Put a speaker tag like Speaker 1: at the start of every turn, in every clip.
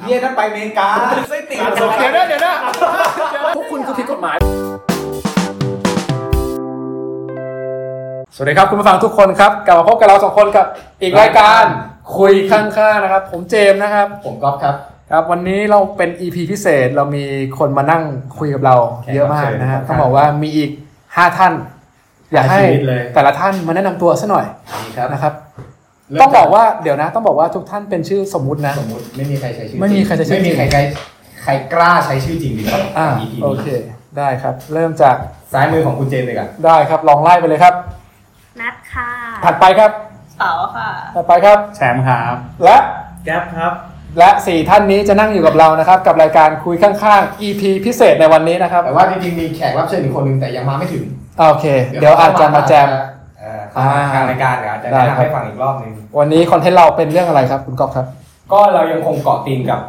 Speaker 1: เฮียนั่นไปอเมริกาไส้ติ่ง
Speaker 2: เดี๋ยวนะเดี๋ยวนะพวกคุณคือผิดกฎหมาย สวัสดีครับคุณผู้ฟังทุกคนครับกลับมาพบกับเราสองคนกับอีกรายการคุยข้างๆนะครับ ผมเจมส์นะครับ
Speaker 1: ผมก๊อฟครับ
Speaker 2: ครับวันนี้เราเป็น EP พิเศษเรามีคนมานั่งคุยกับเรา
Speaker 1: แขกรับเชิญ
Speaker 2: เยอะมากนะ
Speaker 1: ครั
Speaker 2: ฮะ
Speaker 1: บ
Speaker 2: ต้องบอกว่ามีอีก 5 ท่าน อยากให้
Speaker 1: ชีวิตเลย
Speaker 2: แต่ละท่านมาแนะนำตัวซะหน่อย
Speaker 1: นี่ครับ
Speaker 2: นะครับ ต้องบอกว่าเดี๋ยวนะ ต้องบอกว่าทุกท่านเป็นชื่อสมมุตินะ
Speaker 1: สมมติไม่มีใครใช้ชื่อ
Speaker 2: ไม่มีใครใช้ชื่อ
Speaker 1: ไม่มีใครใครใครกล้าใช้ชื่อจริงดีกว่า
Speaker 2: อ่า
Speaker 1: มีกี่
Speaker 2: โอเค ได้ครับ เริ่มจาก
Speaker 1: ซ้ายมือของคุณเจมส์เลยกัน
Speaker 2: ได้ครับลองไล่ไปเลยครับ
Speaker 3: นัดค่ะ
Speaker 2: ถัดไปครับ
Speaker 3: เสาค่ะ
Speaker 2: ถัดไปครับ
Speaker 1: แชมป์ครับ
Speaker 2: และ
Speaker 1: แก๊ปครับ
Speaker 2: และสี่ท่านนี้จะนั่งอยู่กับเรานะครับ กับรายการคุยข้างๆ EP พิเศษในวันนี้นะครับ
Speaker 1: แต่ว่าจริงๆมีแขกรับเชิญอีกคนนึงแต่ยังมาไม่ถึง
Speaker 2: โอเค เดี๋ยวอาจจะมาแจม
Speaker 1: เอ่อเข้ามาทางรายการเดี๋ยวอาจจะแนะ
Speaker 2: ได้ครับ
Speaker 1: นำให้ฟังอีกรอบนึง
Speaker 2: วันนี้คอนเทนต์เราเป็นเรื่องอะไรครับคุณก๊อฟครับ
Speaker 1: ก็เรายังคงเกาะตีมกับ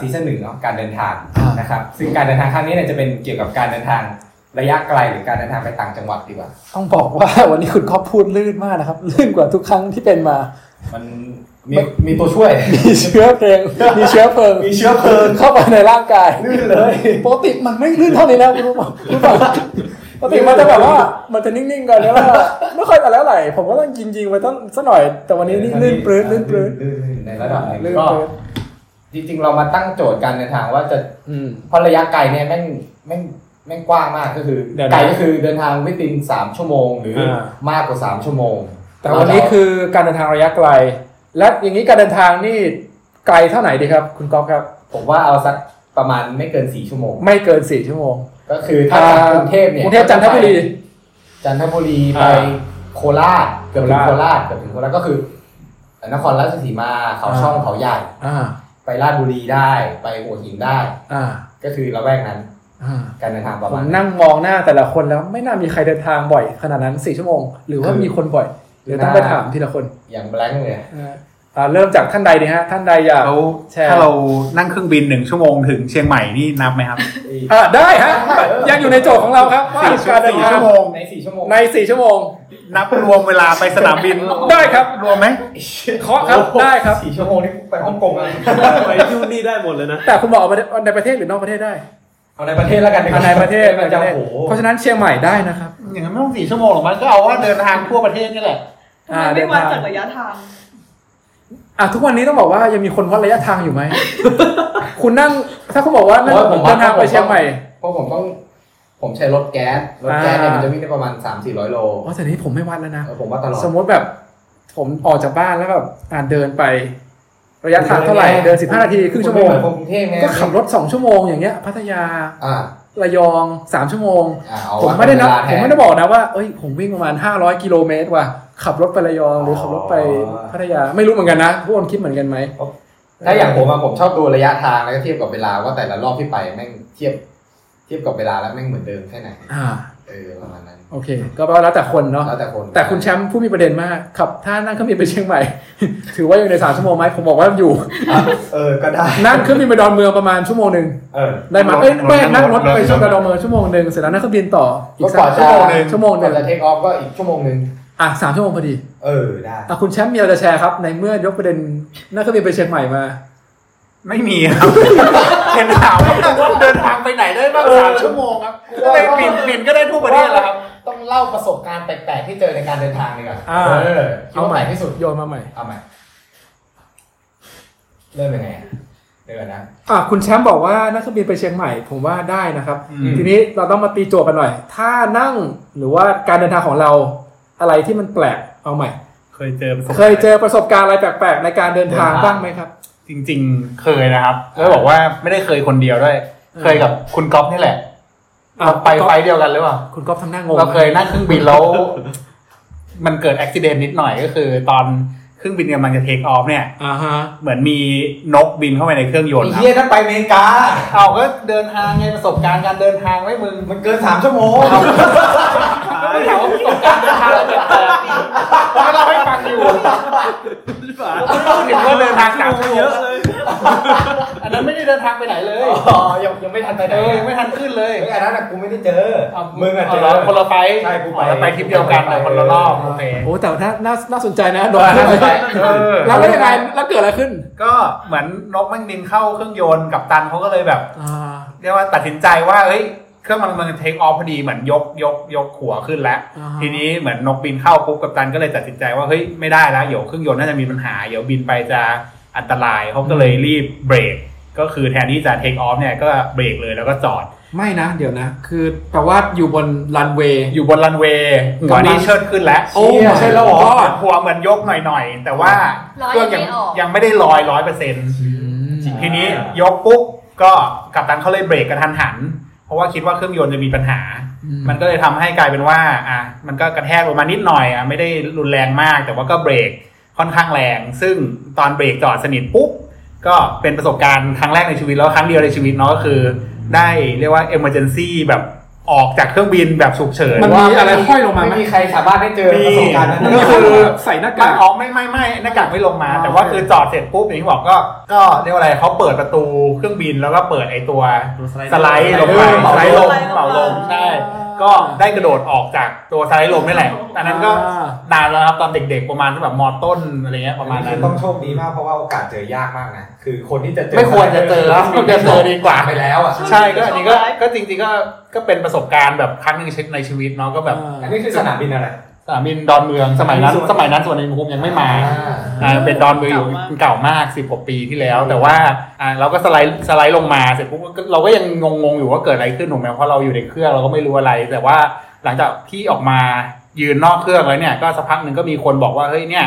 Speaker 1: ซีซั่นหนึ่งเนาะการเดินทาง
Speaker 2: อ่าน
Speaker 1: นะครับซึ่งการเดินทางครั้งนี้เนี่ยจะเป็นเกี่ยวกับการเดินทางระยะไกลหรือการเดินทางไปต่างจังหวัดดีกว่า
Speaker 2: ต้องบอกว่า วันนี้คุณก๊อฟพูดลื่นมากนะครับ ลื่นกว่าทุกครั้งที่เป็นมา
Speaker 1: มันมีมีตัวช่วย
Speaker 2: มีเชื้อเพลิงมีเชื้อเพลิง
Speaker 1: มีเชื้อเพลิง
Speaker 2: เข้าไปในร่างกาย
Speaker 1: ลื่นเลย
Speaker 2: ปกติมันไม่ลื่นเท่านี้นะคุณรู้ ป่ะคุณรู้ป่ะปกติมันจะแบบว่ามันจะนิ่งๆกันแล้วก็ไม่ค่อยแต่แล้วไหลผมก็ต้องยิงๆไปต้องสักหน่อย แต่วันนี้นี่ลื่นปลื้นลื่นปลื้น
Speaker 1: ลื่นในระดับห
Speaker 2: ลื่
Speaker 1: นึ่ง
Speaker 2: น
Speaker 1: ก็
Speaker 2: ปลื้น
Speaker 1: จริงๆ เรามาตั้งโจทย์การเดินทางว่าจะ
Speaker 2: อืม
Speaker 1: เพราะระยะไกลเนี่ยแม่งแม่งแม่งกว้างมากก็คือ
Speaker 2: เดี๋ยวนะ
Speaker 1: ไกลก็คือเดินทางวิตินสามชั่วโมง หรืออา มากกว่าสามชั่วโมง
Speaker 2: แต่วันนี้คือการเดินทางระยะไกล และอย่างนี้การเดินทางนี่ไกลเท่าไหร่ดีครับ คุณก๊อฟครับ
Speaker 1: ผมว่าเอาสักประมาณไม่เกินสี่ชั่วโมง
Speaker 2: ไม่เกินสี่ชั่วโมง
Speaker 1: ก็คือถ้าจากกรุงเทพเนี่ย
Speaker 2: กรุงเทพจันทบุรี
Speaker 1: จันทบุรีไป
Speaker 2: อ่า
Speaker 1: โคราชเกือบถึง
Speaker 2: โค
Speaker 1: โค
Speaker 2: รา
Speaker 1: รา
Speaker 2: ช
Speaker 1: ชเกือบถึงโคราชก็คือเอ่อนครราชสีมาเขาช่องเขาใหญ่
Speaker 2: อ่า
Speaker 1: ไปราชบุรีได้ไปหัวหินได้
Speaker 2: อ่า
Speaker 1: ก็คือละแวกนั้น
Speaker 2: อ่า
Speaker 1: การเดินทางประ
Speaker 2: ผ
Speaker 1: มา
Speaker 2: ม
Speaker 1: ณ
Speaker 2: นั่งมองหน้าแต่ละคนแล้วไม่น่ามีใครเดินทางบ่อยขนาดนั้นสี่ชั่วโมง หรือว่า
Speaker 1: คือ
Speaker 2: มีคนบ่อยเดี๋ยวต้อง
Speaker 1: น่า
Speaker 2: ไปถามทีละคน
Speaker 1: อย่างแบงค์เลย
Speaker 2: เอ่ออ่าเริ่มจากท่านใดดีฮะ ท่านใดอยาก
Speaker 4: แล้ว
Speaker 2: แชร์
Speaker 4: ถ้าเรานั่งเครื่องบินหนึ่งชั่วโมงถึงเชียงใหม่นี่นับไหมครับ
Speaker 2: อ่าได้ฮะ ยังอยู่ในโจทย์ของเราครับว่า
Speaker 4: สี่ชั่ว
Speaker 2: การเดินทา
Speaker 4: สี่ชั่
Speaker 2: ง
Speaker 4: วโมง
Speaker 1: ในสี่ชั่วโมง
Speaker 2: ในสี่ชั่วโมง
Speaker 4: นับรวมเวลาไปสนามบิน
Speaker 2: ได้ครับ
Speaker 4: รวมไหม
Speaker 2: เคาะครับได้ครับ
Speaker 1: สี่ชั่วโมงนี่ไปฮ่องกงอะ
Speaker 5: ไปยุ่นนี่ได้หมดเลยนะ
Speaker 2: แต่คุณบอกเอาไปในประเทศหรือนอกประเทศได้
Speaker 1: เอาในประเทศแล้วกัน
Speaker 2: เอาในประเทศ
Speaker 1: มัน
Speaker 2: ในป
Speaker 1: จะ
Speaker 2: ระเทศ
Speaker 1: โอ้โห
Speaker 2: เพราะฉะนั้นเชียงใหม่ได้นะครับ
Speaker 4: อย่างนั้นไม่ต้องสี่ชั่วโมงหรอกมันก็เอาว่าเดินทางทั่วประเทศนี่แหละ
Speaker 3: ทำไมไม่วัดจากระยะทาง
Speaker 2: อ่ะทุกวันนี้ต้องบอกว่ายังมีคนวัดระยะทางอยู่ไหม คุณนั่งถ้าคุณบอกว่านั่ง
Speaker 1: พระผม
Speaker 2: เดินทางไปเชียงใหม่
Speaker 1: เพราะผมต้องผมใช้รถแก๊สรถแก๊สเนี่ยมันจะวิ่งได้ประมาณ3-400โล
Speaker 2: อ๋อแต่นี้ผมไม่วัดแล้วนะ
Speaker 1: เออผมว่าตลอด
Speaker 2: สมมติแบบผมออกจากบ้านแล้วแบบอ่านเดินไป ระยะทางเท่าไหร่เดิน 15 นาทีครึ่งชั่วโมง
Speaker 1: คุณไเหอนคนกรุงเทพไง
Speaker 2: ก็ขับรถ 2 ชั่วโมงอย่างเงี้ยพัทยา
Speaker 1: อ่า
Speaker 2: ระยอง 3 ชั่วโมง
Speaker 1: อ่าเอา
Speaker 2: ผมไม่ได้นับ
Speaker 1: เวลาแท
Speaker 2: ผมไม่ได้บอกนะว่าเอ้ยผมวิ่งประมาณ 500 กิโลเมตรว่ะขับรถไประยองหรือขับรถไป
Speaker 1: อ๋อ
Speaker 2: พัทยาไม่รู้เหมือนกันนะทุกคนคิดเหมือนกันไหม
Speaker 1: ถ้าอย่างผมอะผมชอบดูระยะทางแล้วก็เทียบกับเวลาว่าแต่ละรอบที่ไปแม่งเทียบเทียบกับเวลาแล้วแม่งเหมือนเดิมแค่ไหน
Speaker 2: อ่า
Speaker 1: เออประมาณนั้น
Speaker 2: โอเค ก็แปลว่าแล้วแต่คนเนาะ
Speaker 1: แล้วแต่คน
Speaker 2: แต่คุณแชมป์ผู้มีประเด็นมากขับถ้านั่งเครื่องบินไปเชียงใหม่ ถือว่าอยู่ในสามชั่วโมงไหมผมบอกว่าอยู่
Speaker 1: เออก็ได้
Speaker 2: นั่งเครื่องบินไปดอนเมืองประมาณชั่วโมงหนึ่ง
Speaker 1: เออ
Speaker 2: ได้มาเอ้ยไม่
Speaker 4: นั่
Speaker 2: นั่ง
Speaker 4: ง
Speaker 2: ร
Speaker 4: ร
Speaker 2: ถ
Speaker 4: ถ
Speaker 2: ไป
Speaker 4: นั่งรถ
Speaker 2: ช่วงกระดองเมืองชั่วโมงหนึ่งเสร็จแล้วนั่งเครื่องบินต่ออีก
Speaker 1: ก็
Speaker 2: สัก
Speaker 1: ก่อน
Speaker 2: ชั่
Speaker 1: จะ
Speaker 2: วโมงหนึ่งชั่วโมงห
Speaker 1: ก่
Speaker 2: นึ่
Speaker 1: อน
Speaker 2: ง
Speaker 1: จะเทคออฟก็อีกชั่วโมงหนึ่ง
Speaker 2: อ่ะสามชั่วโมงพอดี
Speaker 1: เออได้
Speaker 2: อ่ะคุณแชมป์มีอะไรจะแชร์ครับ ในเมื่อยกประเด็นนั่งเครื่องบินไปเชียงใหม่มา
Speaker 4: ไม่มีครับ เห็นถามว่าเดินทางไปไหนได้บ้างสามชั่วโมงครับก็ได้บินบินก็ได้ทั่วประเทศแล้วครับ
Speaker 1: ต้องเล่าประสบการณ์แปลกๆที่เจอในการเดินทางดีกว่า
Speaker 2: อ่า
Speaker 1: เออคิดว่าแปลกที่สุด
Speaker 2: โยนมาใหม่
Speaker 1: เอาใหม่เริ่มยังไงอะเดี๋ยวก่อนนะ
Speaker 2: อ่ะคุณแชมป์บอกว่านั่งเครื่องบินไปเชียงใหม่ ผมว่าได้นะครับ
Speaker 4: อืม
Speaker 2: ทีนี้เราต้องมาตีโจทย์กันหน่อย ถ้านั่งหรือว่าการเดินทางของเราอะไรที่มันแปลกเอาใหม่
Speaker 5: เคยเจอประสบ
Speaker 2: เคยเจอประสบการณ์อะไรแปลกๆ ในการเดินทาง
Speaker 1: เดินทาง
Speaker 2: บ้างไหมครับ
Speaker 4: จริง ๆ เคยนะครับแล้วบอกว่าไม่ได้เคยคนเดียวด้วย เคยกับคุณก๊อฟนี่แหละ
Speaker 2: อ้าว
Speaker 4: เราไป
Speaker 2: ก๊อฟ
Speaker 4: ไฟล์เดียวกันหรือเปล่า
Speaker 2: คุณก๊อฟทำหน้างง
Speaker 4: เราเคยนั่งเครื่องบินแล้ว มันเกิดอุบิเหตุนิดหน่อยก็คือ ตอนเครื่องบินกำลังจะเทคออฟเนี่ย
Speaker 2: อ่าฮะ
Speaker 4: เหมือนมีนกบินเข้าไปในเครื่องยนต์
Speaker 1: ไอ้
Speaker 4: ครับ
Speaker 1: เฮียนั่นไปอเมริกา
Speaker 4: เอาก็เดินทางไงประสบการณ์การเดินทางไว้มึง
Speaker 1: มันเกินสามชั่วโมง
Speaker 4: ไม่ถามว่าประสบการณ์เดินทางเราเป็นแบบไหนเราให้ฟังอยู่ถึงว่าเดินทางสามชั่วโมง
Speaker 5: เยอะเลย
Speaker 4: อันนั้นไม่ได้ เดินทางไปไหนเลย
Speaker 6: อ๋อยังยังไม่ทันไปไหน
Speaker 4: เออยังไม่ทันขึ้นเลย
Speaker 6: เอ้ยอันนั้นอะกูไม่ได้เจอ
Speaker 4: เอา
Speaker 6: มึงอะเจอ
Speaker 4: เาเหรคนละไฟล์
Speaker 6: ใช่กูไป
Speaker 4: อ๋อแล้วไปทริปเดียวกันแต่คนละรอบโอเค
Speaker 2: โอ้แต่น่าน่าน่าสนใจนะโด
Speaker 4: ตัวน นั้นไปเออ
Speaker 2: แล้วแล้วยังไงแล้วเกิดอะไรขึ้น
Speaker 4: ก็เหมือนนกแม่งบินเข้าเครื่องยนต์กับตันเขาก็เลยแบบ
Speaker 2: อ่า
Speaker 4: เรียกว่าตัดสินใจว่าเฮ้ยเครื่องมันมันเทคออฟพอดีเหมือนยกยกยกหัวขึ้นแล้ว
Speaker 2: อ่า
Speaker 4: ทีนี้เหมือนนกบินเข้าปุ๊บกัปตันก็เลยตัดสินใจว่าเฮ้ยไม่ได้แล้วเดี๋ยวเครื่องยนต์น่าจะมีปัญหาเดี๋ยวบินไปจะอันตรายเขาก็เลยรีบเบรก ก็คือแทนที่จะเทคออฟเนี่ยก็เบรกเลยแล้วก็จอด
Speaker 2: ไม่นะ เดี๋ยวนะ คือแปลว่าอยู่บนรันเวย์
Speaker 4: อยู่บนรันเวย์ก่อนนี้เชิดขึ้นแล้ว
Speaker 2: โอ้ my
Speaker 4: ใช่แล้วเหรอ
Speaker 2: god
Speaker 4: หัวเหมือนยกหน่อยๆ แต่ว่า
Speaker 3: ลอย
Speaker 4: เครื่อง
Speaker 3: ยั
Speaker 4: ยังง
Speaker 3: ไม่ออก
Speaker 4: ยังไม่ได้ลอยร้อยเปอร์เซ็นต์ ทีนี้ยกปุ๊บก็กัปตันเขาเลยเบรกกระทันหัน เพราะว่าคิดว่าเครื่องยนต์จะมีปัญหา
Speaker 2: อืม
Speaker 4: มันก็เลยทำให้กลายเป็นว่าอ่ะมันก็กระแทกลงมานิดหน่อยอ่ะไม่ได้รุนแรงมาก แต่ว่าก็เบรกค่อนข้างแรง ซึ่งตอนเบรกจอดสนิทปุ๊บก็เป็นประสบการณ์ครั้งแรกในชีวิตแล้วครั้งเดียวในชีวิตเนาะก็คือ ได้เรียกว่า emergency แบบออกจากเครื่องบินแบบฉุกเฉิน
Speaker 2: มันมีอะไรห้อยลงมาไหม
Speaker 1: ไม่มีใครสามารถได้เจอประสบการณ์นั้น
Speaker 4: มี
Speaker 2: ก็
Speaker 1: ได้
Speaker 2: คือใส่หน้ากา
Speaker 4: ไม่
Speaker 2: ก
Speaker 4: ออกไม่ไม่ไม่หน้ากากไม่ลงมา
Speaker 2: อ๋อ
Speaker 4: แต่ว่าคือจอดเสร็จปุ๊บอย่างที่บอกก็ก็เรียกว่าอะไรเขาเปิดประตูเครื่องบินแล้วก็เปิดไอตัว สไลด์ลงไป
Speaker 1: เออ
Speaker 4: สไลด์ลง
Speaker 3: เป่า
Speaker 4: เป่า
Speaker 3: ล
Speaker 4: ล
Speaker 3: ม
Speaker 4: มใช่ก็ได้กระโดดออกจากตัวสไลด์ลมนี่แหละตอนนั้นก็
Speaker 2: อ่าน
Speaker 4: านแล้วครับตอนเด็กๆประมาณแบบมต้นอะไรเงี้ยประมาณนั้น
Speaker 1: ต้องโชคดีมากเพราะว่าโอกาสเจอยากมากนะคือคนที่จะเจอ
Speaker 4: ไม่ควรจะเจอแล้วควรจะเจอดีกว่า
Speaker 1: ไปแล้วอ่ะ
Speaker 4: ใช่ก็อันนี้ก็ก็จริงๆก็ก็เป็นประสบการณ์แบบครั้งหนึ่งในชีวิตเนาะก็แบบ
Speaker 1: อันนี้คือสนามบินอะไร
Speaker 4: สนามบินดอนเมืองสมัยนั้น
Speaker 1: สวน
Speaker 4: สมัยนั้นส่วนในภูมิยังไม่มา
Speaker 1: อ่า
Speaker 4: อ่าเป็นดอนเมืองอยู่เก่ามากสิบกว่าปีที่แล้ว แต่ว่าอ่าเราก็สไลด์สไลด์ลงมาเสร็จปุ๊บก็เราก็ยังงงๆอยู่ว่าเกิดอะไรขึ้นถูกไหมเพราะเราอยู่ในเครื่องเราก็ไม่รู้อะไร แต่ว่าหลังจากที่ออกมายืนนอกเครื่องแล้วเนี่ยก็สักพักหนึ่งก็มีคนบอกว่าเฮ้ยเนี่ย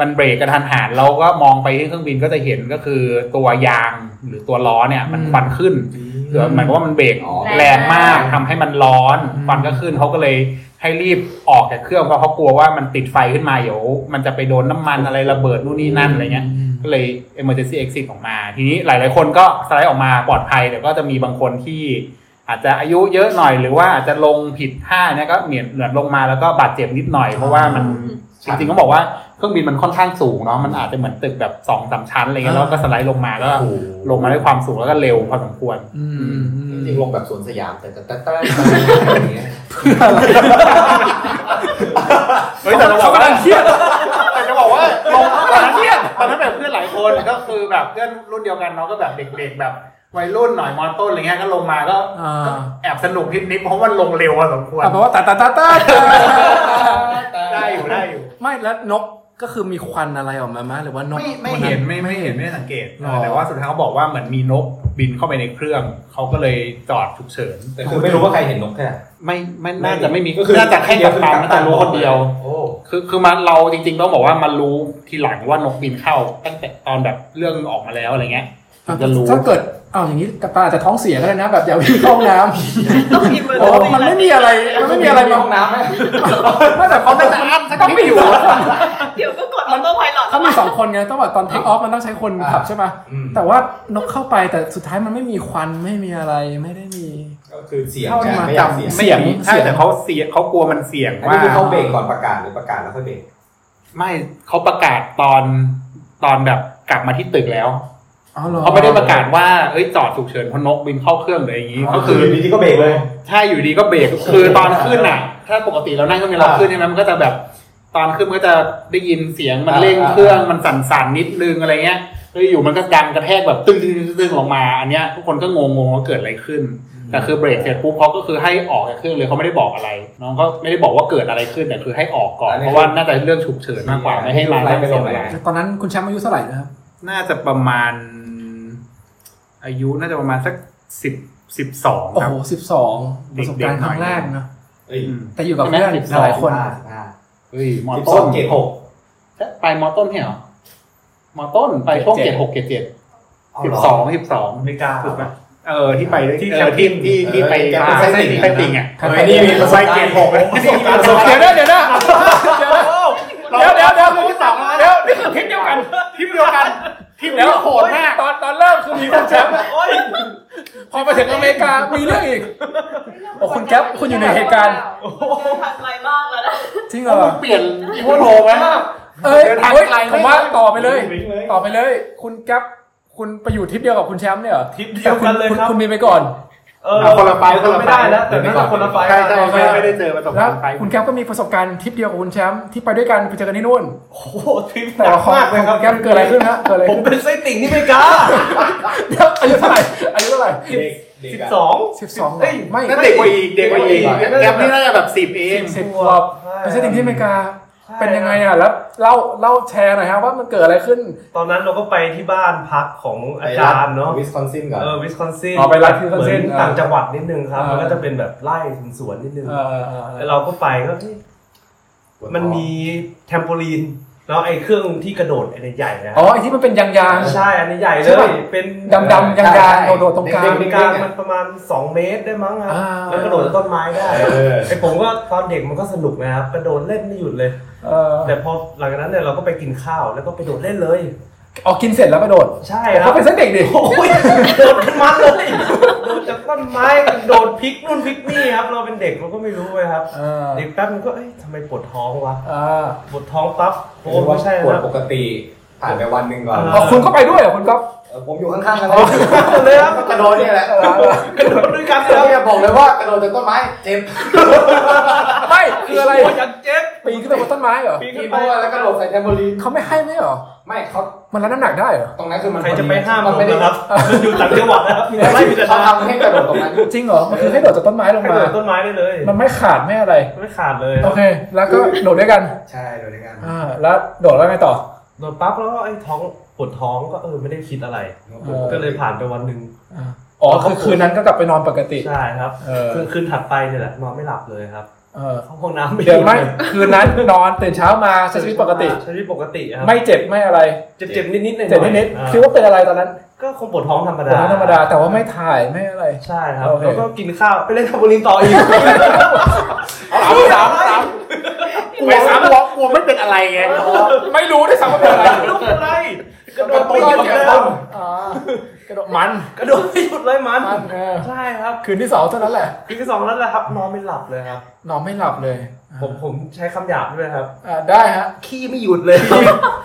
Speaker 4: มันเบรกกระทันหันเราก็มองไปที่เครื่องบินก็จะเห็นก็คือตัวยางหรือตัวล้อเนี่ยมันควันขึ้น คือหมายความว่ามันเบรก
Speaker 1: อ๋อ
Speaker 4: แรงมากทำให้มันร้อนควันก็ขึ้นเขาก็เลยให้รีบออกจากเครื่องเพราะเขากลัวว่ามันติดไฟขึ้นมาเดี๋ยวมันจะไปโดนน้ำมันอะไรระเบิดนู่นนี่นั่นอะไรเงี้ยก็เลย emergency exit ออกมา ทีนี้หลาย ๆ คนก็สไลด์ออกมาปลอดภัยแต่ก็จะมีบางคนที่ อาจจะอายุเยอะหน่อยหรือว่าอาจจะลงผิดท่าเนี่ยก็เหมือนเหมือนลงมาแล้วก็บาดเจ็บนิดหน่อยเพราะว่ามันจริงๆก็บอกว่าเครื่องบินมันค่อนข้างสูงเนาะมันอาจจะเหมือนตึกแบบสองสามชั้นอะไรเงี้ยแล้วก็สไลด์ลงมาแล้วก็ลงมาด้วยความสูงแล้วก็เร็วพอสมควร
Speaker 2: อืม
Speaker 1: จริงๆลงแบบสวนสยามแต่แต่แต่แต่แต่อย่างเงี้ย
Speaker 4: เฮ้ยแต่เราบอกว่าเครียดแต่จะบอกว่าลงตอนนั้นเครียดตอนนั้นแบบเพื่อนหลายคนก็คือแบบเพื่อนรุ่นเดียวกันเนาะก็แบบเด็กๆแบบวัยรุ่นหน่อยมอต้นอะไรเงี้ยก็ลงมาก็
Speaker 2: อ่า
Speaker 4: แอบสนุกนิดๆเพราะมันลงเร็วพอสมควร
Speaker 2: อ่ะแปลว่าตาตาตาตา
Speaker 4: ได้อยู่ได้อยู่
Speaker 2: ไม่แล้วนกก็คือมีควันอะไรออกมาไหมหรือว่านก
Speaker 4: ไม่ไม่เห็น
Speaker 2: ค
Speaker 4: ไม่ไม่เห็นไม่ได้สังเกต
Speaker 2: หรอ
Speaker 4: แต่ว่าสุดท้ายเขาบอกว่าเหมือนมีนกบินเข้าไปในเครื่องเขาก็เลยจอดฉุกเฉิน
Speaker 1: แต่คือไม่รู้ว่าใครเห็นนกแค่ไหน
Speaker 4: ไม่ไม่น่าจะไม่มีน่าจะแค่กับตามน่าจะรู้คนเดียว
Speaker 1: โอ้
Speaker 4: คือคือมันเราจริงๆต้องบอกว่ามันรู้ทีหลังว่านกบินเข้า ตั้งแต่ตอนแบบเรื่องออกมาแล้วอะไรเงี้ยถึงจะรู้
Speaker 2: ถ้าเกิดเอาอย่างนี้กัปตาอาจจะท้องเสียก็ได้นะ แบบอย่าวิ่งเข้าห้องน้
Speaker 3: ต้องอิมเม
Speaker 2: ำ
Speaker 3: อร์
Speaker 2: โอ้มันไม่มีอะไรมันไม่มีอะไรมา
Speaker 1: ห้องน้ำไหม
Speaker 2: ไม่แต่เขา
Speaker 4: เขาจะอั้นสักนิดไม่อยู่
Speaker 3: เดี๋ยวก็กดออโต้ไพลอต
Speaker 2: เขามีสองคนไงต้องแบบตอนเทคออฟมันต้องใช้คนขับใช่ไหมแต่ว่านกเข้าไปแต่สุดท้ายมันไม่มีควันไม่มีอะไรไม่ได้มี
Speaker 1: ก็คือเสียงใช่ไหมไม่อยากเสียง
Speaker 2: เสี
Speaker 4: ไม่
Speaker 2: ยง
Speaker 4: มีใช่
Speaker 2: เสียง
Speaker 4: แต่เขาเสียงเขากลัวมันเสี่ยง
Speaker 1: อัน
Speaker 4: ว่า
Speaker 1: นี้คือเขาเบรกก่อนประกาศหรือประกาศแล้วค่อยเบรก
Speaker 4: ไม่เขาประกาศตอนตอนแบบกลับมาที่ตึกแล้ว
Speaker 2: อ๋อหรอ
Speaker 4: เขาไม่ได้ประกาศว่าเอ้ยจอดฉุกเฉินเพราะนกบินเข้าเครื่องหรืออย่างนี้ก็คือ
Speaker 1: อยู่ดีๆก็เบรกเลย
Speaker 4: ใช่อยู่ดีก็เบรกคือตอนขึ้นอ่ะ ถ้าปกติเรานั่งเครื่องบินเราขึ้นใช่ไหมมันก็จะแบบตอนขึ้นมันก็จะได้ยินเสียงมันเร่งเครื่องมันสั่นๆนิดนึงอะไรเงี้ยแล้วอยู่มันก็ดังกระแทกแบบตึ้งๆๆๆลงมาอันเนี้ยทุกคนก็งงๆว่าเกิดอะไรขึ้น แต่คือเบรกเสร็จปุ๊บเขาก็คือให้ออกจากเครื่องเลยเขาไม่ได้บอกอะไร น้องก็ไม่ได้บอกว่าเกิดอะไรขึ้นแต่คือให้ออกก่อน
Speaker 1: อันนี้
Speaker 4: เพราะว่าน่าจะเรื่องฉุกเฉินมากกว่าไม่ให้ร้าน
Speaker 1: ไม่ล
Speaker 4: เสีย
Speaker 1: ง
Speaker 4: เว
Speaker 1: ไปไหน
Speaker 4: ลา
Speaker 2: ตอนนั้นคุณแชมป์อายุเท่าไหร่นะครับ
Speaker 4: น่าจะประมาณ อายุน่าจะประมาณสักสิบสิบสอง
Speaker 2: โอ้
Speaker 4: ครับ
Speaker 2: โหสิบสองป
Speaker 4: เด็
Speaker 2: ระ
Speaker 4: ก
Speaker 2: สบ
Speaker 4: ๆ
Speaker 2: การณ์ครั้ง
Speaker 4: หน่
Speaker 2: แร
Speaker 4: อย
Speaker 2: กนะ
Speaker 1: เอ้ย
Speaker 4: อืม
Speaker 2: แต่อยู่กับ
Speaker 4: ใช่ไหม
Speaker 2: เพื่อน
Speaker 4: 12
Speaker 2: หลายคน
Speaker 4: เฮ้ยมอ
Speaker 1: สิบ
Speaker 4: ต้
Speaker 1: สอน งเกตหก
Speaker 4: ไปมอต้นเหรอมอต้นไปช่วง
Speaker 2: เจ็
Speaker 4: เจ็
Speaker 2: ด
Speaker 4: ดหกเจ็ดเจ็ดสิบสองสิบสอง
Speaker 6: อเมริกา
Speaker 4: ถูกไหมเออที่ไปด้วย
Speaker 6: ที่
Speaker 4: เออที่ที่ที่ไป
Speaker 6: แกไป
Speaker 4: ไปไปติงอ่ะ
Speaker 1: เฮ้ยนี่มีประสบ
Speaker 4: ไป
Speaker 1: การณ์เกต
Speaker 4: เกตห
Speaker 1: ห
Speaker 4: ก
Speaker 1: ก
Speaker 4: เลย
Speaker 2: เดี๋ยวนะเดี๋ยวนะ
Speaker 4: เดี๋ยวเดี๋ยวเดี๋ยวที่สองเดี๋ยวนี่คือทริปเดียวกันทริปเดียวกันทริปเดียวโหดมาก
Speaker 2: ตอนตอนเริ่มคือมีคุณแชมป์
Speaker 3: โอ้ย
Speaker 2: พอมาถึงอเมริกา มีเรื่องอีก โอ้คุณแก๊ปคุณอยู่ในเหตุการณ์
Speaker 3: ผ่านไกลมากแล้วนะ
Speaker 2: จริงเหร
Speaker 4: ต้อ
Speaker 2: อง
Speaker 4: เปลี่ยนอีโวโทไหม
Speaker 2: เอ้ย
Speaker 4: เดินทาง
Speaker 2: เอ้ย
Speaker 4: ไกลไหม
Speaker 2: ผมว่าต่อไปเลย
Speaker 6: วิ่งเลย
Speaker 2: ต่อไปเลย คุณแก๊ป คุณไปอยู่ทริปเดียวกับคุณแชมป์เนี่ยเหรอ
Speaker 5: ทริปเดียวกันเลยครับ
Speaker 2: ณคุณมีไปก่อน
Speaker 5: เออ
Speaker 4: เอาคนละไฟล์
Speaker 5: จำไม่ได้แล้วแต่น่าจะคนละไฟล์
Speaker 4: ใช่ใช่
Speaker 1: ไม่ไม่ได้เจอประสบ
Speaker 2: แล้
Speaker 1: กาว รณ์ไป
Speaker 2: คุณแคมป์ก็มีประสบการณ์ทริปเดียวกับคุณแชมป์ที่ไปด้วยกันไปเจอกันที่นู่น
Speaker 5: โอ้โหทริปห
Speaker 2: แต่
Speaker 5: นั
Speaker 2: ว่าก ข
Speaker 5: มากเล
Speaker 2: อง
Speaker 5: ยค
Speaker 2: ข
Speaker 5: รั
Speaker 2: อบ งแคมป์เกิดอะไรขึ้นฮะเกิดอะไร
Speaker 5: ผม
Speaker 2: ขึ้น
Speaker 5: เป็นไส้ติ่งที่ไม่กล้า
Speaker 2: เดี๋ยวอายุเท่าไหร่อายุเท่าไหร่
Speaker 1: เด็กเด็
Speaker 5: สิบ
Speaker 1: กอะ
Speaker 5: สอง
Speaker 2: สิบสอง
Speaker 5: เฮ้ย
Speaker 2: ไม่
Speaker 7: นั่นเด็กกว่าอีกเด็กกว่าอีก
Speaker 5: เด็กกว่าอีก
Speaker 7: แกมนี่น่าจะแบบสิบเอง
Speaker 2: สิบขวบไปเจอที่อเมริกา เป็นยังไงอ่ะแล้วเล่าเล่าแชร์หน่อยฮะว่ามันเกิดอะไรขึ้น
Speaker 5: ตอนนั้นเราก็ไปที่บ้านพักของอาจารย์เนาะ
Speaker 1: วิสคอนซินก่อน
Speaker 5: เออวิสคอนซิน
Speaker 2: อ๋อไปรัฐที่คอน
Speaker 5: เหมือ
Speaker 2: เซน
Speaker 5: น
Speaker 2: ต์
Speaker 5: ต่างจังหวัดนิดนึงครับ
Speaker 2: เออ
Speaker 5: มันก็จะเป็นแบบไร่สวนๆนิดนึง
Speaker 2: เออเออเอ
Speaker 5: แล้ว
Speaker 2: อ
Speaker 5: เราก็ไปก็เฮ้ยมันมีแทมโปลีนแล้วไอ้เครื่องที่กระโดดอันใหญ่ๆนะ
Speaker 2: อ๋อไอที่มันเป็นยางยาง
Speaker 5: ใช่อันนี้ใหญ่เล
Speaker 2: ใช่
Speaker 5: ย
Speaker 2: ปะ
Speaker 5: เป็น
Speaker 2: ดำดำยางยาง
Speaker 1: ใช่
Speaker 2: โดดๆตรงกลาง
Speaker 5: อเมริกามันประมาณ 2 เมตรได้มั้งครับ
Speaker 2: อ่า
Speaker 5: แล้วกระโดดต้นไม้ได้
Speaker 1: เออ
Speaker 5: ไอ้ผมก็ตอนเด็กมันก็สนุกนะครับกระโดดเล่นไม่หยุดเลย
Speaker 2: เออ
Speaker 5: แต่พอหลังจากนั้นเนี่ยเราก็ไปกินข้าวแล้วก็ไปโดดเล่นเลย
Speaker 2: ออกกินเสร็จแล้วกระโดด
Speaker 5: ใช่ครั
Speaker 2: เขา
Speaker 5: บ
Speaker 2: เป็นเส้นเด็กดิ
Speaker 5: โอ้ยโดดขึ้นมาเลย โดดจากต้นไม้โดดพลิกนู่นพลิกนี่ครับ เราเป็นเด็กเราก็ไม่รู้เลยครับ
Speaker 2: เออ
Speaker 5: เด็กแป๊บนึงก็เอ้ยทำไมปวดท้องวะ
Speaker 2: อ่า
Speaker 5: ปวดท้องปั๊บโอ้
Speaker 1: โอ้
Speaker 5: ไม่ใช่
Speaker 1: ปวด
Speaker 5: นะ
Speaker 1: ปกติผ่านไปวันหนึ่งก่อน
Speaker 5: เอ
Speaker 2: อ๋อคุณก็ไปด้วยเหรอคุณก็
Speaker 1: เออผมอยู่ข้างๆกันเลย
Speaker 5: เลยครับ
Speaker 1: กระโดดเนี่ยแหละ
Speaker 5: กระโดดด้วยกัน
Speaker 1: เอ
Speaker 5: แล้ว
Speaker 1: อเนี่ยบอกเลยว่ากระโดดจากต้นไม้เจ็บ
Speaker 2: ไม่คืออะไร
Speaker 5: โยยังเจ็บ
Speaker 2: ปีนขึ้นไปบนต้นไม้เหรอ
Speaker 5: ปีน
Speaker 1: มี
Speaker 5: ขึ้นไป
Speaker 1: บัวแล้วกระโดดใส่แทมโบลีน
Speaker 2: เขาไม่ให้ไหมเหรอ
Speaker 1: ไม่เขา
Speaker 2: มันรับน้ำหนักได้เหรอ
Speaker 1: ตรงนั้นคือมัน
Speaker 5: ใครจะไปห้าม
Speaker 1: มั
Speaker 5: ผ
Speaker 1: น
Speaker 5: ม
Speaker 1: ไม่ได้
Speaker 5: นะครับ มันอยู่ต่างจังหวัดนะครับมีแต่ไล่มีแต่
Speaker 1: เขา
Speaker 5: ทาง
Speaker 1: ทำให้กระโดดตรงนั้น
Speaker 2: จริงเหรอมันคือให้โดดจากต้นไม้ลง
Speaker 5: กระ
Speaker 2: มา
Speaker 5: โดดต้นไม้ได้เลย
Speaker 2: มันไม่ขาดไม่อะไร
Speaker 5: ไม่ขาดเลย
Speaker 2: โอเค แล้วก็โดดด้วยกัน
Speaker 1: ใช่โดดด้วยกัน
Speaker 2: อ่าแล้วโดดแล้วไงต่อ
Speaker 5: โดดปั๊บแล้วก็ไอ้ท้องปวดท้องก็เออไม่ได้คิดอะไร
Speaker 2: เออ
Speaker 5: ก็เลยผ่านไปวันหนึ่ง
Speaker 2: อ่าอ๋อคือคืนนั้นก็กลับไปนอนปกติ
Speaker 5: ใช่ครับ
Speaker 2: เออ
Speaker 5: คืนคืนถัดไปเนี่ยแหละนอนไม่หลับเลยครับ
Speaker 2: เออ
Speaker 5: เข้าห้องน้ำไม่
Speaker 2: เดี๋ยวไม่
Speaker 5: ล
Speaker 2: คืนนั้นนอนตื่นเช้ามาใช้ชีวิตปกติ
Speaker 5: ใช้ชีวิตปกติครับ
Speaker 2: ไม่เจ็บไม่อะไร
Speaker 5: เจ็บเจ็บนิดนิดๆหน่อยๆ
Speaker 2: เจ็บนิด
Speaker 5: อ่า
Speaker 2: ๆคิดว่าเป็นอะไรตอนนั้น
Speaker 5: ก็คงปวดท้องธรรม
Speaker 2: ป
Speaker 5: ดา
Speaker 2: กติธรรมดาแต่ว่าไม่ถ่ายไม่อะไร
Speaker 5: ใช่ครับ
Speaker 2: โอเค
Speaker 5: แล้วก็กินข้าวไปเล่นทาโบลินต่ออีก
Speaker 2: สามสาม
Speaker 7: กลัวสามล้อกลัวไม่เป็นอะไรไง
Speaker 2: ไม่รู้ด้วยซ้ำว่าเป็นอะไร
Speaker 5: ลูกอะไร กระโดด
Speaker 1: ต้
Speaker 5: ไม่ห
Speaker 1: น
Speaker 5: ยุด
Speaker 1: เจ็
Speaker 5: เล
Speaker 1: บ
Speaker 5: ย
Speaker 1: ต้น
Speaker 2: กระโดดมัน
Speaker 5: กระโดดไม่หยุดเลยมัน
Speaker 2: มันเออ
Speaker 5: ใช่ครับ
Speaker 2: คืนที่สองเท่านั้นแหละ
Speaker 5: คืนที่สองนั่นแหละครับนอนไม่หลับเลยครับ
Speaker 2: นอนไม่หลับเลย
Speaker 5: ผมผมใช้คำหยาบด้วยครับ
Speaker 2: อ่าได้ฮะ
Speaker 5: ขี้ไม่หยุดเลย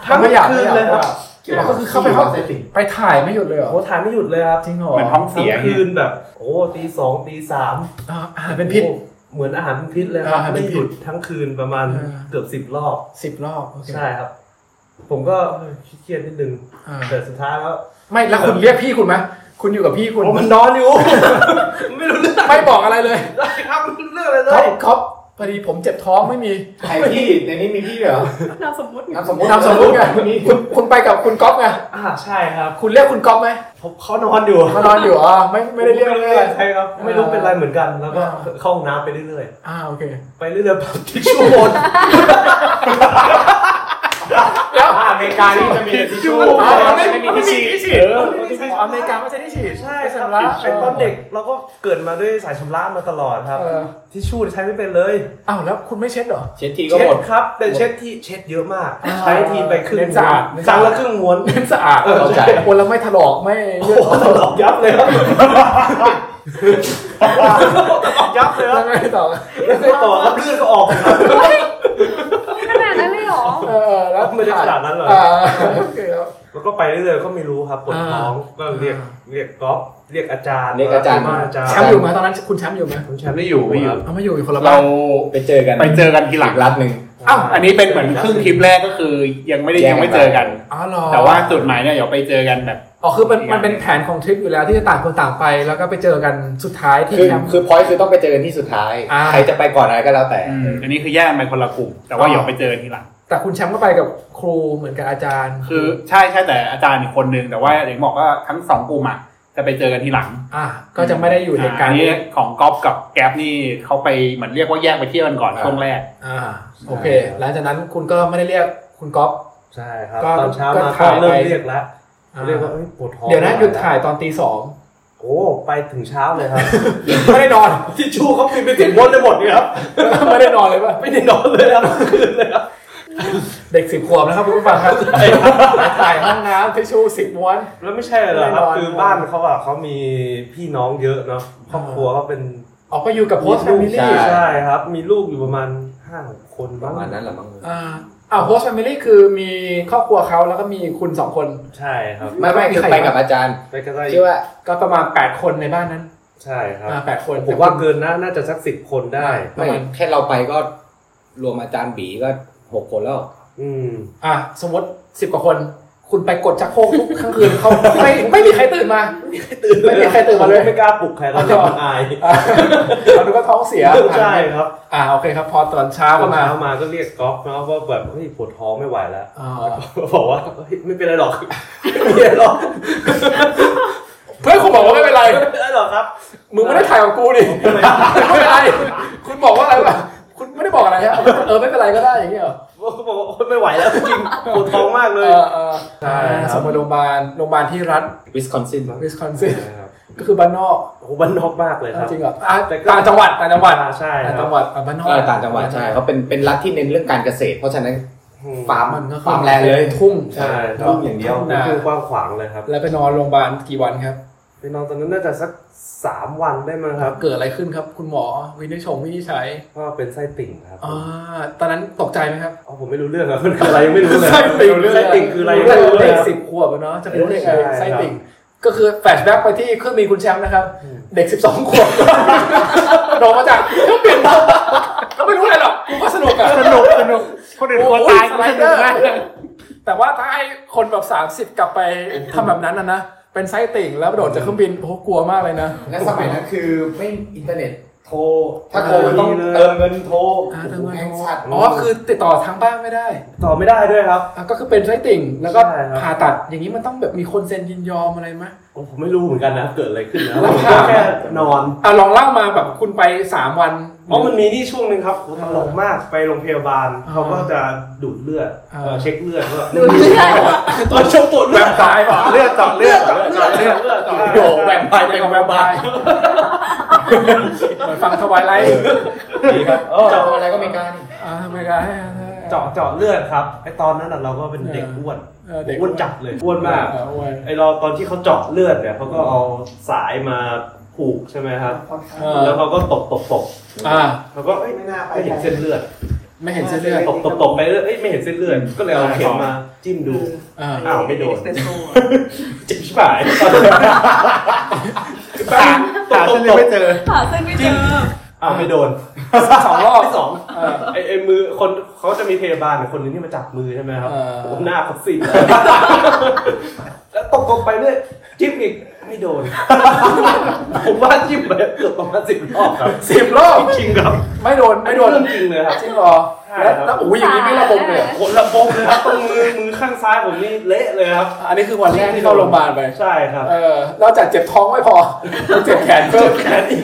Speaker 5: ทั้ง
Speaker 2: ไม่อยาก
Speaker 5: คื
Speaker 2: ไม่
Speaker 5: น
Speaker 2: อยาก
Speaker 5: เลยครับ
Speaker 2: ว่า เราก็คือเข้าไปห้อง
Speaker 1: เซติ
Speaker 2: ไปถ่ายไม่หยุดเลยเหรอ
Speaker 5: โอ้ถ่ายไม่หยุดเลยครับ
Speaker 2: จริงเหรอ
Speaker 4: เหมือนท้องเสี
Speaker 5: ทั้ง
Speaker 4: ยเนี่ย
Speaker 5: คืนแบบ โอ้ตีสองตีสาม
Speaker 2: อ่าอาหารเป็นพิษ
Speaker 5: โอ้เหมือนอาหารเป็นพิษเลยครับ
Speaker 2: อาหารเป็
Speaker 5: ไม่
Speaker 2: นพิษ
Speaker 5: หยุดทั้งคืนประมาณ
Speaker 2: อ่า
Speaker 5: เกือบสิบรอบ
Speaker 2: สิบรอบโอเค
Speaker 5: ใช่ครับ ผมก็เออเครียดนิดนึง
Speaker 2: อ่า
Speaker 5: แต่สุดท้ายแล้ว
Speaker 2: ไม่แล้วคุณเรียกพี่คุณไหมคุณอยู่กับพี่คุณ
Speaker 5: โอ้มันนอนอยู่ ไม่รู้เรื่อง
Speaker 2: ไม่บอกอะไรเลย
Speaker 5: ได้ครับไม่รู้เรื่องเลยเล
Speaker 2: ท็อป
Speaker 5: ย
Speaker 2: ท็อปพอดีผมเจ็บท้องไม่มี
Speaker 1: ใครพี่ในนี้มีพี่เหรอน
Speaker 3: ามสมมุติ
Speaker 1: นามสมมติ
Speaker 2: นามสมมติไงคุณคุณไปกับคุณก๊อฟไง
Speaker 5: อ่าใช่ครับ
Speaker 2: คุณเรียกคุณก๊อฟไหม
Speaker 5: ผมเขานอนอยู่
Speaker 2: มานอนอยู่อ่าไม่ไม่ได้เรียก
Speaker 5: ผ
Speaker 2: เล
Speaker 5: ม่
Speaker 2: ย
Speaker 5: ใช่ครับ ไม่รู้เป็นไรเหมือนกัน แล้วก็
Speaker 2: อ่า
Speaker 5: เข้าห้องน้ำไปเรื่อย
Speaker 2: อ่าโอเค
Speaker 5: ๆ ไปเรื่อยๆแบบทิชชู่หมด
Speaker 2: แล้ว
Speaker 7: อเมริกานี่จะมีแต่ทิชชู่ไม่มีทิชชู่
Speaker 2: เอออเมริกาไม่ใช่ที่ฉีด
Speaker 5: ใช่
Speaker 2: ไม่
Speaker 5: ครับ
Speaker 2: สำหรับ
Speaker 5: เป็นตอนเด็กเราก็เกิดมาด้วยสายชำระมาตลอดครับ
Speaker 2: เออ
Speaker 5: ทิชชู่ใช้ไม่เป็นเลย
Speaker 2: อ้าวแล้วคุณไม่เช็ดเหรอ
Speaker 1: เช็ดทีก็
Speaker 5: เช็
Speaker 1: หม
Speaker 5: ด
Speaker 1: ด
Speaker 5: ครับ แต่เช็ดที่เช็ดเยอะมาก
Speaker 2: อ่า
Speaker 5: ใช้ทีไปครึ่ง
Speaker 2: เน้นสะอาด
Speaker 5: ม้วนครั้งละครึ่งม้วน
Speaker 2: เน้นสะอาด
Speaker 5: เออ
Speaker 1: เข้าใจ
Speaker 2: คนละไม่ถลอกไม่
Speaker 5: โอ้
Speaker 2: เลือด
Speaker 5: โห
Speaker 2: ออก
Speaker 5: ตลอกยับเลยครับตลอกยับเลยครับ
Speaker 2: แล้วไงต่อ
Speaker 5: แล้วก็ต่อครับเลือดก็ออกครับ
Speaker 3: ขนาดนั้นเลยเหรอ
Speaker 2: เออแล้ว
Speaker 5: ไม่ได้ขนาดนั้นหรอก
Speaker 2: าโอเคครับ
Speaker 5: แล้วก็ไปเรื่อยๆก็ไม่รู้ครับปวดท้องก็เรียกเรียกก๊อฟเรียกอาจารย์
Speaker 1: เรียกอาจารย์
Speaker 5: ว่อาจารย์
Speaker 2: แชมป์อยู่ไหมตอนนั้นคุณแชมป์อยู่ไหม
Speaker 5: ผมแชมป์
Speaker 4: ไม่อยู่ไม่อยู่
Speaker 2: เอาไม่อยู่อยู่คนละบ้า
Speaker 4: เรา
Speaker 2: น
Speaker 1: ไปเจอกัน
Speaker 4: ไปเจอกันทีหลั
Speaker 1: อี
Speaker 4: ง
Speaker 1: กรัฐหนึ่ง
Speaker 4: อ้าวอันนี้เป็นเหมือนครึ่งทริปแรกก็คือยังไม่ได้
Speaker 1: แยกกัน
Speaker 4: ยังไม่เจอกัน
Speaker 2: อ๋อเหรอ
Speaker 4: แต่ว่าจุดหมายเนี่ยเดี๋ยวไปเจอกันแบบ
Speaker 2: อ๋อคือมันมันเป็นแผนของทริปอยู่แล้วที่จะต่างคนต่างไปแล้วก็ไปเจอกันสุดท้ายที่
Speaker 1: คือ
Speaker 2: แคมป์
Speaker 1: คือพอยต์คือต้องไปเจอกันที่สุดท้าย
Speaker 2: อ่า
Speaker 1: ใครจะไปก่อนอะไรก็แล้วแต่
Speaker 4: อืมอันนี้คือแยกกันไปคนละกลุ่ม แต่ว่าเดี๋ยวไปเจอกันทีหลัง
Speaker 2: แต่คุณแชมป์ก็ไปกับครูเหมือนกับอาจารย์
Speaker 4: คือใช่ใช่แต่อาจารย์อีกคนนึงแต่ว่าอย่างที่บอกว่าทั้งสองกลุ่มอ่ะจะไปเจอกันทีหลัง
Speaker 2: อ่ะก็จะไม่ได้อยู่เหตุการณ์
Speaker 4: นนี้ของก๊อฟกับแก๊ปนี่เขาไปเหมือนเรียกว่าแยกไปเที่ยวกันก่อน
Speaker 1: อ่า
Speaker 4: ช่วงแรก
Speaker 2: อ่าโอเคหลังจากนั้นคุณก็ไม่ได้เรียกคุณก๊อฟ
Speaker 5: ใช่ครับ
Speaker 2: ก็
Speaker 5: ตอนเช้า
Speaker 2: ก็
Speaker 5: มา
Speaker 2: ถ่าย
Speaker 5: ก็เริ่ม
Speaker 2: ไป
Speaker 5: เรียกแล้ว
Speaker 2: อ่า
Speaker 5: เรียกว่าเอ้ยปวดท้อง
Speaker 2: เดี๋ยวนะหยุดถ่ายตอนตีสอง
Speaker 5: โอ้ไปถึงเช้าเลยครับ
Speaker 2: ไม่ได้นอน
Speaker 5: ทิชชู่เขาปิดไปถึงม้วนเลยหมดเนี่ยครับ
Speaker 2: ไม่ได้นอนเลยป่ะ
Speaker 5: ไม่ได้นอนเลยครับคืนเลยครับ
Speaker 2: เด็กสิบขวบนะครับคุณผู้ฟังครับถ่ายห้องน้ำทิชชู่สิบม้วน
Speaker 5: แล้วไม่ใช่เหรอครับ
Speaker 2: ไม่ได้นอน
Speaker 5: คือบ้านเขาอะเขามีพี่น้องเยอะเนาะครอบครัวเขาเป็น
Speaker 2: ออกไปอยู่กับโพสต์แฟมิ
Speaker 1: ใช่
Speaker 2: ลี่
Speaker 5: ใช่ครับ มีลูกอยู่ประมาณห้าหกคน
Speaker 1: ป
Speaker 5: บ้าง
Speaker 1: ระมาณนั้นแหละมั้ง
Speaker 2: อ่า อ่าโฮสต์แฟมิลี่คือมีครอบครัวเขาแล้วก็มีคุณสองคน
Speaker 5: ใช่ครับ
Speaker 1: ไม่ไม่คือไปกับอาจารย์
Speaker 5: ไปก็ได้
Speaker 1: ชื่อว่า
Speaker 2: ก็ประมาณ 8 คนในบ้านนั้น
Speaker 5: ใช่ครับ
Speaker 2: อ่าแปดคน
Speaker 5: ผมว่าเกินนะน่าจะสักสิบคนได้
Speaker 1: ไม่แค่เราไปก็รวมอาจารย์บีก็หกคนแล้ว
Speaker 5: อืม
Speaker 2: อ่าสมมติสิบกว่าคน คุณไปกดชักโครกทุ กทั้งคืนเขาไม่ไม่มีใครตื่นมา ไม่มีใครตื่นมาเลย
Speaker 5: ผก็ไม่กล้าปลุกใครแล้วเดี๋ยวมันอาย
Speaker 2: อ่าเราดูว่าท้องเสีย
Speaker 5: ใช่ครับ
Speaker 2: อ่าโอเคครับ พอตอนเช้า
Speaker 5: เอา
Speaker 2: ก็
Speaker 5: มา
Speaker 2: มา
Speaker 5: เอามาก็เรียกก๊อฟนะว่าแบบเฮ้ยปวดท้องไม่ไหวแล้ว
Speaker 2: อ่า
Speaker 5: บอกว่าเฮ้ยไม่เป็นไรหรอกไม่เป็นไรหรอก
Speaker 2: เพื่อนคุณบอกว่าไม่เป็นไร
Speaker 5: ไม่เป็นไรหรอกครับ
Speaker 2: มึงไม่ได้ถ่ายกับกูดิไม่เป็นไรคุณบอกว่าอะไรวะคุณไม่ได้บอกอะไรฮะเออไม่เป็นไรก็ได้อย่างเงี้ยเหรอ
Speaker 5: เขาบอกว่า โอ๊ยไม่ไหวแล้วจริงปวดท้องมากเล
Speaker 2: เอย อเออ
Speaker 5: ใช่ครับ
Speaker 2: อ่าสมมติโรงพยาบาลโรงพยาบาลที่รัฐ
Speaker 1: วิสคอนซิน
Speaker 2: วิสคอนซิน
Speaker 5: ครับ
Speaker 2: ก็คือบ้านนอก
Speaker 5: โอ้โหบ้านนอกมากเลยครับ
Speaker 2: จริงเหรออ่ะ
Speaker 5: แต่ก็
Speaker 2: ต่างจังหวัดต่างจังหวัด
Speaker 5: อ่าใช่ค
Speaker 2: ต่าง
Speaker 5: รั
Speaker 2: จั
Speaker 5: บ
Speaker 2: งหวัดอ่ะบ้านนอก
Speaker 1: เออต่างจังหวัดใช่เขาเป็นเป็นรัฐที่เน้นเรื่องการเกษตร เพราะฉะนั้น
Speaker 5: อืม
Speaker 1: ฟาร์ม
Speaker 2: มันก็คือ
Speaker 1: ฟาร์มแลนด์เลย
Speaker 2: ทุ่ง
Speaker 5: ใช่ครับ
Speaker 1: ทุ่งอย่างเดียว
Speaker 2: นา
Speaker 5: คือกว้างขวางเลยครับ
Speaker 2: แล้วไปนอนโรงพยาบาลกี่วันครับ
Speaker 5: ไปนอนตอนนั้นน่าจะสักสามวันได้มั้งครับ
Speaker 2: เกิดอะไรขึ้นครับ คุณหมอวินิจฉัยวินิจฉัย
Speaker 5: ก็เป็นไส้ติ่งครับ
Speaker 2: อ่าตอนนั้นตกใจไหมครับ
Speaker 5: อ๋อผมไม่รู้เรื่องอะมันคืออะไรยังไม่รู้เลย
Speaker 2: ไส้ติ่ง
Speaker 5: ไส้ติ่งคืออะไรยังไม่รู้เล
Speaker 2: เด็
Speaker 5: ย
Speaker 2: ก
Speaker 5: ครับ
Speaker 2: สิบขวบอะเนาะจะเป็นเด็กอะไร
Speaker 5: ใช่ครับ
Speaker 2: ไส้ติ่ง ก็คือแฟลชแบ็กไปที่เครื่องบินคุณแชมป์นะครับ เด็กสิบสองข วบโดนมาจากเครื่องบินก็ไม่รู้อะไรหรอกกูก็สนุกอะ
Speaker 4: สนุกสนุกคนอื่นกลัวตายกูสนุกมาก
Speaker 2: แต่ว่าถ้าให้คนแบบสามสิบ30 กลับไปทำแบบนั้นนะนะเป็นไส้ติ่งแล้วโดดจากเครื่องบินโอ้โหกลัวมากเลยนะ
Speaker 1: และสมัยนั้นคือไม่อินเทอร์เน็ตโทร ถ้าโทร
Speaker 5: เออ
Speaker 1: มันต้อง
Speaker 5: ดีเลย
Speaker 1: เติมเงินโทร
Speaker 2: อ่าเติมเงินโทร
Speaker 1: แพงสัตว์
Speaker 2: อ๋อคือติดต่อทางบ้านไม่ได้
Speaker 5: ต่อไม่ได้ด้วยครับ
Speaker 2: อ่ะก็คือเป็นไส้ติ่ง แล้วก็
Speaker 5: ใช่ครับ
Speaker 2: ผ่าตัดอย่างนี้มันต้องแบบมีคนเซ็นยินยอมอะไรไหม
Speaker 5: โอ้ผมไม่รู้เหมือนกันนะ เกิดอะไรขึ้นนะ
Speaker 2: แล้ว
Speaker 5: ผม
Speaker 2: ถาม
Speaker 5: แค่นอน
Speaker 2: อ่ะลองเล่ามาแบบคุณไปสามวัน
Speaker 5: เพราะมันมีนี่ช่วงหนึ่งครับผมตลกมากไปโรงพยาบาล
Speaker 2: อ่า
Speaker 5: เขาก็จะดูดเลือด
Speaker 2: อ่า
Speaker 5: เอ่อเช็คเลือดว่า
Speaker 3: ดูเรื่อย
Speaker 5: ตอนชมตรวจเลือด
Speaker 2: ตายเปล่า
Speaker 8: เลือดเจาะเลือดเจาะเลือด
Speaker 5: เลือดเลือด
Speaker 2: โดแหวกไปเป็นแหวกไปเหมือนฟังทวายไลท์
Speaker 1: เจออะไรก็ไม่กล้านี่
Speaker 2: อ่าไม่ได้
Speaker 5: เจาะเจาะเลือดครับไอตอนนั้นนะเราก็เป็นเด็กอ้วน
Speaker 2: เออเด็ก
Speaker 5: อ้วนจัดเลยอ้วนมาก
Speaker 2: เอออ้วน
Speaker 5: ไอเราตอนที่เขาเจาะเลือดเนี่ยเขาก็เอาสายมาผูกใช่ไหมครับ
Speaker 2: เออ
Speaker 5: แล้วเขาก็ตบตบตบ
Speaker 2: อ่า
Speaker 5: เขาก็เอ้ย
Speaker 9: ไม่น่าไป
Speaker 5: ไม่เห็นเส้นเลือด
Speaker 2: ไม่เห็นเส้นเลือด
Speaker 5: ตบตบตบไปเรื่อยเอ้ยไม่เห็นเส้นเลือดก็เลยเอาเข็มมาจิ้มดู
Speaker 2: อ่า
Speaker 5: อ้าวไม่โดน
Speaker 9: เส้นตัว
Speaker 5: เจ็บชิบหายตาตา
Speaker 8: หา
Speaker 5: ต
Speaker 8: เส้นเล
Speaker 5: บ
Speaker 8: ยไม่เจอ
Speaker 3: ๆหาเส้นไม่เจอ
Speaker 5: อ้าวไม่โดน
Speaker 2: สองรอบ
Speaker 5: ที่สองไอ้ไอ้มือคนเขาจะมีพยาบาลเนี่ยคนหนึงที่มาจับมือใช่ไหมครับ
Speaker 2: เออ
Speaker 5: ผมหน้าเขาสิแล้วตกลงไปเรื่อยจิ้มอีกไม่โดน ผมว่าจิ้มไปเกือบประมาณสิบรอบครับ
Speaker 2: สิบรอบ
Speaker 5: จริงครับ
Speaker 2: ไม่โดนไม่โดน
Speaker 5: เรื่องจริงเลยครับ
Speaker 2: จริงเหรอ
Speaker 5: ใช่ครั
Speaker 2: แล้ว
Speaker 5: บ
Speaker 2: แล้วอุ้ยอย่างนี้ไม่ระบบเลยเหรอ
Speaker 5: ผลระบมเลยครับตรงมือมือข้างซ้ายผมนี่เละเลยครับ
Speaker 2: อันนี้คือวันแรกที่เข้าโรงพยาบาลไป
Speaker 5: ใช่ครับ
Speaker 2: เออนอกจากเจ็บท้องไม่พอยังเจ็บแขนเพิ่ม
Speaker 5: แขนอีก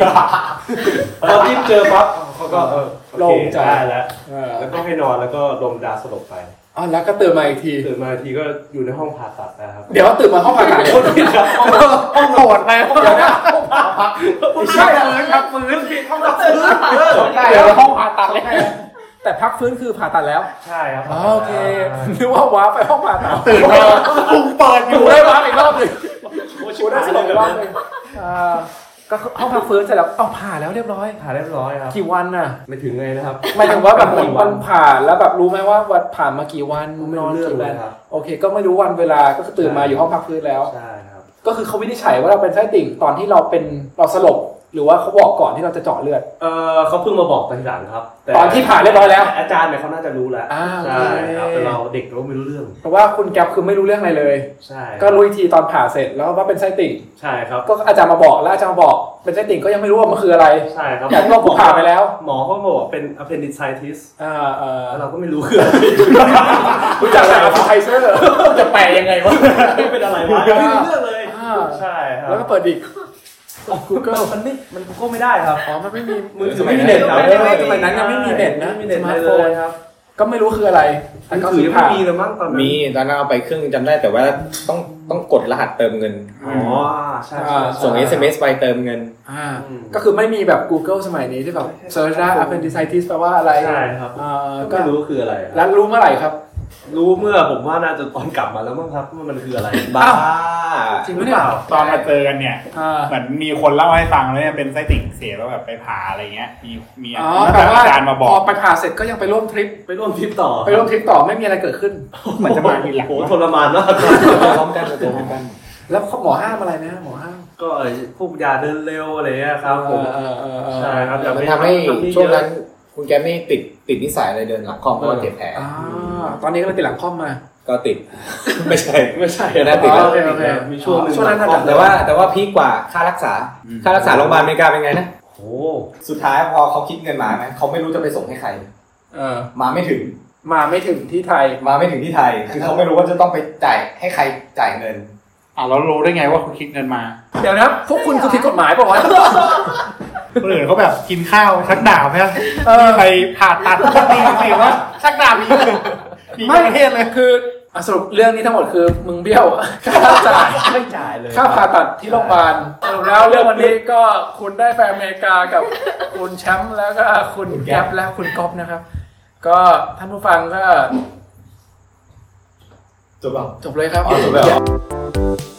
Speaker 5: พอจิ้มเจอปั๊บเขาก็เออโอ
Speaker 2: โล่
Speaker 5: เค
Speaker 2: งใจ
Speaker 5: ได้แล้ว
Speaker 2: เออ
Speaker 5: แล้วก็ให้นอนแล้วก็ดมดาสลบไป
Speaker 2: อ่ะแล้วก็ตื่นมาอีกที
Speaker 5: ตื่นมาทีก็อยู่ในห้องผ่าตัดนะครับ
Speaker 2: เดี๋ยวตื่นมาห้องผ่าตัดเลย
Speaker 5: คนผิดครับห้อง
Speaker 2: ห้องโหดไปห้องเดี๋ยวนะ
Speaker 5: ไม่ใช่ฟื้นครับฟื้นผิดห้องรับฟื้น
Speaker 2: เดี๋ยวห้องผ่าตัดเลยแต่พักฟื้นคือผ่าตัดแล้ว
Speaker 5: ใช่ครับ
Speaker 2: อ๋อโอเคนึกว่าว้าไปห้องผ่าตัด
Speaker 8: ตื่นมาปุ่มเปิดอ
Speaker 2: กู
Speaker 8: ยู่
Speaker 2: ได้ว้าอีกรอบหนึ่ง
Speaker 5: โอ้ชิ
Speaker 2: กู
Speaker 5: บ
Speaker 2: ได้
Speaker 5: หาย
Speaker 2: สล
Speaker 5: เลย
Speaker 2: บอีกรอบหนึ่งอ่าก็ห้องพักฟื้นเสร็จแล้วเอาผ่าแล้วเรียบร้อย
Speaker 5: ผ่าเรียบร้อยครับ
Speaker 2: กี่วันน่ะ
Speaker 5: ไม่ถึงเลยนะครับ
Speaker 2: หมายถึงว่าแบบมัน
Speaker 5: กี่วั
Speaker 2: มัน นผ่าแล้วแบบรู้ไหมว่าวันผ่านมากี่วัน
Speaker 5: ไม่
Speaker 2: นอ
Speaker 5: รู้
Speaker 2: น
Speaker 5: เรื่อง
Speaker 2: กี่
Speaker 5: เล
Speaker 2: วั
Speaker 5: ย
Speaker 2: น
Speaker 5: ครับ
Speaker 2: โอเค ก็ไม่รู้วันเวลาก็คือตื่นมาอยู่ห้องพักฟื้นแล้ว
Speaker 5: ใช่ครับ
Speaker 2: ก็คือเขาวินิจฉัยว่าเราเป็นไส้ติ่งตอนที่เราเป็นเราสลบ หรือว่าเขาบอกก่อนที่เราจะเจาะเลือด
Speaker 5: เออเขาเพิ่งมาบอกตอนหลังครับแ
Speaker 2: ตอนที่ผ่าเรียบร้อยแล้ว
Speaker 5: อาจารย์เนี่ยเขาน่าจะรู้แล้ว
Speaker 2: อ่าโอ
Speaker 5: ใช่
Speaker 2: เค
Speaker 5: ครับแต่เราเด็กเราไม่รู้เรื่อง
Speaker 2: เพราะว่าคุณแก๊ปคือไม่รู้เรื่องอะไรเลย
Speaker 5: ใช่
Speaker 2: ก็รู้อีกทีตอนผ่าเสร็จแล้วว่าเป็นไส้ติ่ง
Speaker 5: ใช่ครับ
Speaker 2: ก็อาจารย์มาบอกแล้วอาจารย์มาบอกเป็นไส้ติ่งก็ยังไม่รู้ว่ามันคืออะไร
Speaker 5: ใช่ครับ
Speaker 2: อย่างที่เราพูดผ่าไปแล้ว
Speaker 5: หมอเขาบอกว่าเป็น appendicitis
Speaker 2: อ่าเอ่อ
Speaker 5: แล้วเราก็ไม่รู้คืออะไร
Speaker 2: รู้จักแต่ไฟเซอร์จะแปลยังไงวะ
Speaker 5: ไม่เป็นอะไรวะไม่รู้เรื่องเลย
Speaker 2: อ่า
Speaker 5: ใช่ครับ
Speaker 2: แล้วก็เปิดดิก Google
Speaker 5: มันไม่มันก็ไม่ได้ครับ
Speaker 2: อ๋อมันไม่มี
Speaker 5: มือถือ
Speaker 2: ไม่
Speaker 5: ไม่มี
Speaker 2: มีเน็
Speaker 5: เน็
Speaker 2: ต
Speaker 5: ต
Speaker 2: นะ
Speaker 5: นะ
Speaker 2: ไม่ไม่สมัยนั้นยังไม่มีเน็ตนะ
Speaker 5: ไม่มีเน็ต
Speaker 2: สมาร์ท
Speaker 5: เล
Speaker 2: โฟน
Speaker 5: ยครับ
Speaker 2: ก็ไม่รู้คืออะไรแต่
Speaker 5: มือ
Speaker 2: ก็
Speaker 5: ถือยังไม่
Speaker 2: ผ่า
Speaker 5: มีเลยมั้งตอนนั้น
Speaker 1: มีตอนนั้นเอาไปเครื่องจำได้แต่ว่าต้องต้องกดรหัสเติมเงิน
Speaker 5: อ๋อใช่
Speaker 2: อ่า
Speaker 5: ใช่
Speaker 1: ส่ง SMS ไปเติมเงิน
Speaker 2: อ่า
Speaker 5: อืม
Speaker 2: ก็คือไม่มีแบบ Google สมัยนี้ที่แบบเซิร์ชได้ appendicitis แปลว่าอะไร
Speaker 5: ใช่ครับ
Speaker 2: เอ่อ
Speaker 5: ก็
Speaker 2: ก็
Speaker 5: ไม่รู้คืออะไร
Speaker 2: แล้วรู้เมื่อไหร่ครับ
Speaker 5: รู้เมื่อผมว่าน่าจะตอนกลับมาแล้วมั้งครับว่ามันคืออะไรบ้า
Speaker 2: จริงหรือเปล่า
Speaker 4: ตอนมาเจอกันเนี่ยเหมือนมีคนเล่าให้ฟังแล้วเนี่ยเป็นไส้ติ่งเสียแล้วแบบไปผ่าอะไรเงี้ย มีมี
Speaker 2: อ๋อ
Speaker 4: นั
Speaker 2: แปลว่า
Speaker 4: อาจารย์มาบ
Speaker 2: พ
Speaker 4: อ
Speaker 2: อก ไปผ่าเสร็จก็ยังไปร่วมทริป
Speaker 5: ไปร่วมทริปต่อ
Speaker 2: ไปร่วมทริปต่อไม่มีอะไรเกิดขึ้น
Speaker 4: เหมือนจะมาทีหลัง
Speaker 5: โอ้โหทรมานมาก
Speaker 1: พร้อมกันเจอพร้อมกัน
Speaker 2: แล้วเขาหมอห้ามอะไรไหมฮะหมอห้าม
Speaker 5: ก็พวกยาเดินเร็วอะไรเงี้ยครับผม
Speaker 2: เออเออเออ
Speaker 5: ใช่ครับอย่าไป
Speaker 1: มันทำให้
Speaker 5: ที่
Speaker 1: ช่วง
Speaker 5: เย
Speaker 1: นั้
Speaker 5: อะ
Speaker 1: นคุณแกมมี่ติดติดนิสัยอะไรเดินหลังคล่อมเพราะว่าเจ็บแผล
Speaker 2: อ่าตอนนี้ก็เลยติดหลังคล่อมมา
Speaker 1: ก็ติ ด ไม่ใช่
Speaker 5: ไม่ใช่
Speaker 1: เดี๋ยวนะติดแล้
Speaker 5: อ๋
Speaker 1: ว
Speaker 5: อโอเคโอเคมีช่วงหนึ่ง
Speaker 2: ช่วงนั้นน่ะ
Speaker 1: แต่ว่าแต่ว่าพีคกว่าค่ารักษา ค่ารักษาโรงพยาบาลอเมริกาเป็นไงนะ
Speaker 5: โอ้โห
Speaker 1: สุดท้ายพอเขาคิดเงินมานะเขาไม่รู้จะไปส่งให้ใคร
Speaker 2: เออ
Speaker 1: มาไม่ถึง
Speaker 2: มาไม่ถึงที่ไทย
Speaker 1: มาไม่ถึงที่ไทย คือเขาไม่รู้ว่าจะต้องไปจ่ายให้ใครจ่ายเงิน
Speaker 4: อ่ะแล้วรู้ได้ไงว่าคุณคิดเงินมา
Speaker 2: เดี๋ยวนะพวกคุณคือผิดกฎหมายเปล่าวะ
Speaker 4: คนอื่นเขาแบบกินข้าวชักดาบนะมีไปผ่าตัดตีสิว่าชักดาบอีกมี
Speaker 2: ไม่
Speaker 4: ประเทศเลยคือ
Speaker 2: อ่ะสรุปเรื่องนี้ทั้งหมดคือมึงเบี้ยว ค่าจ่าย
Speaker 5: ไม่จ่ายเลย
Speaker 2: ค่าผ่าตัดที่โรงพยาบาลสรุปแล้วเรื่องวันนี้ก็คุณได้แฟนอเมริกากับคุณแชมป์แล้วก็คุณแก๊ปและคุณก๊อฟนะครับ ก็ท่านผู้ฟังก็
Speaker 1: จบเปล่า
Speaker 2: จบเลยครับ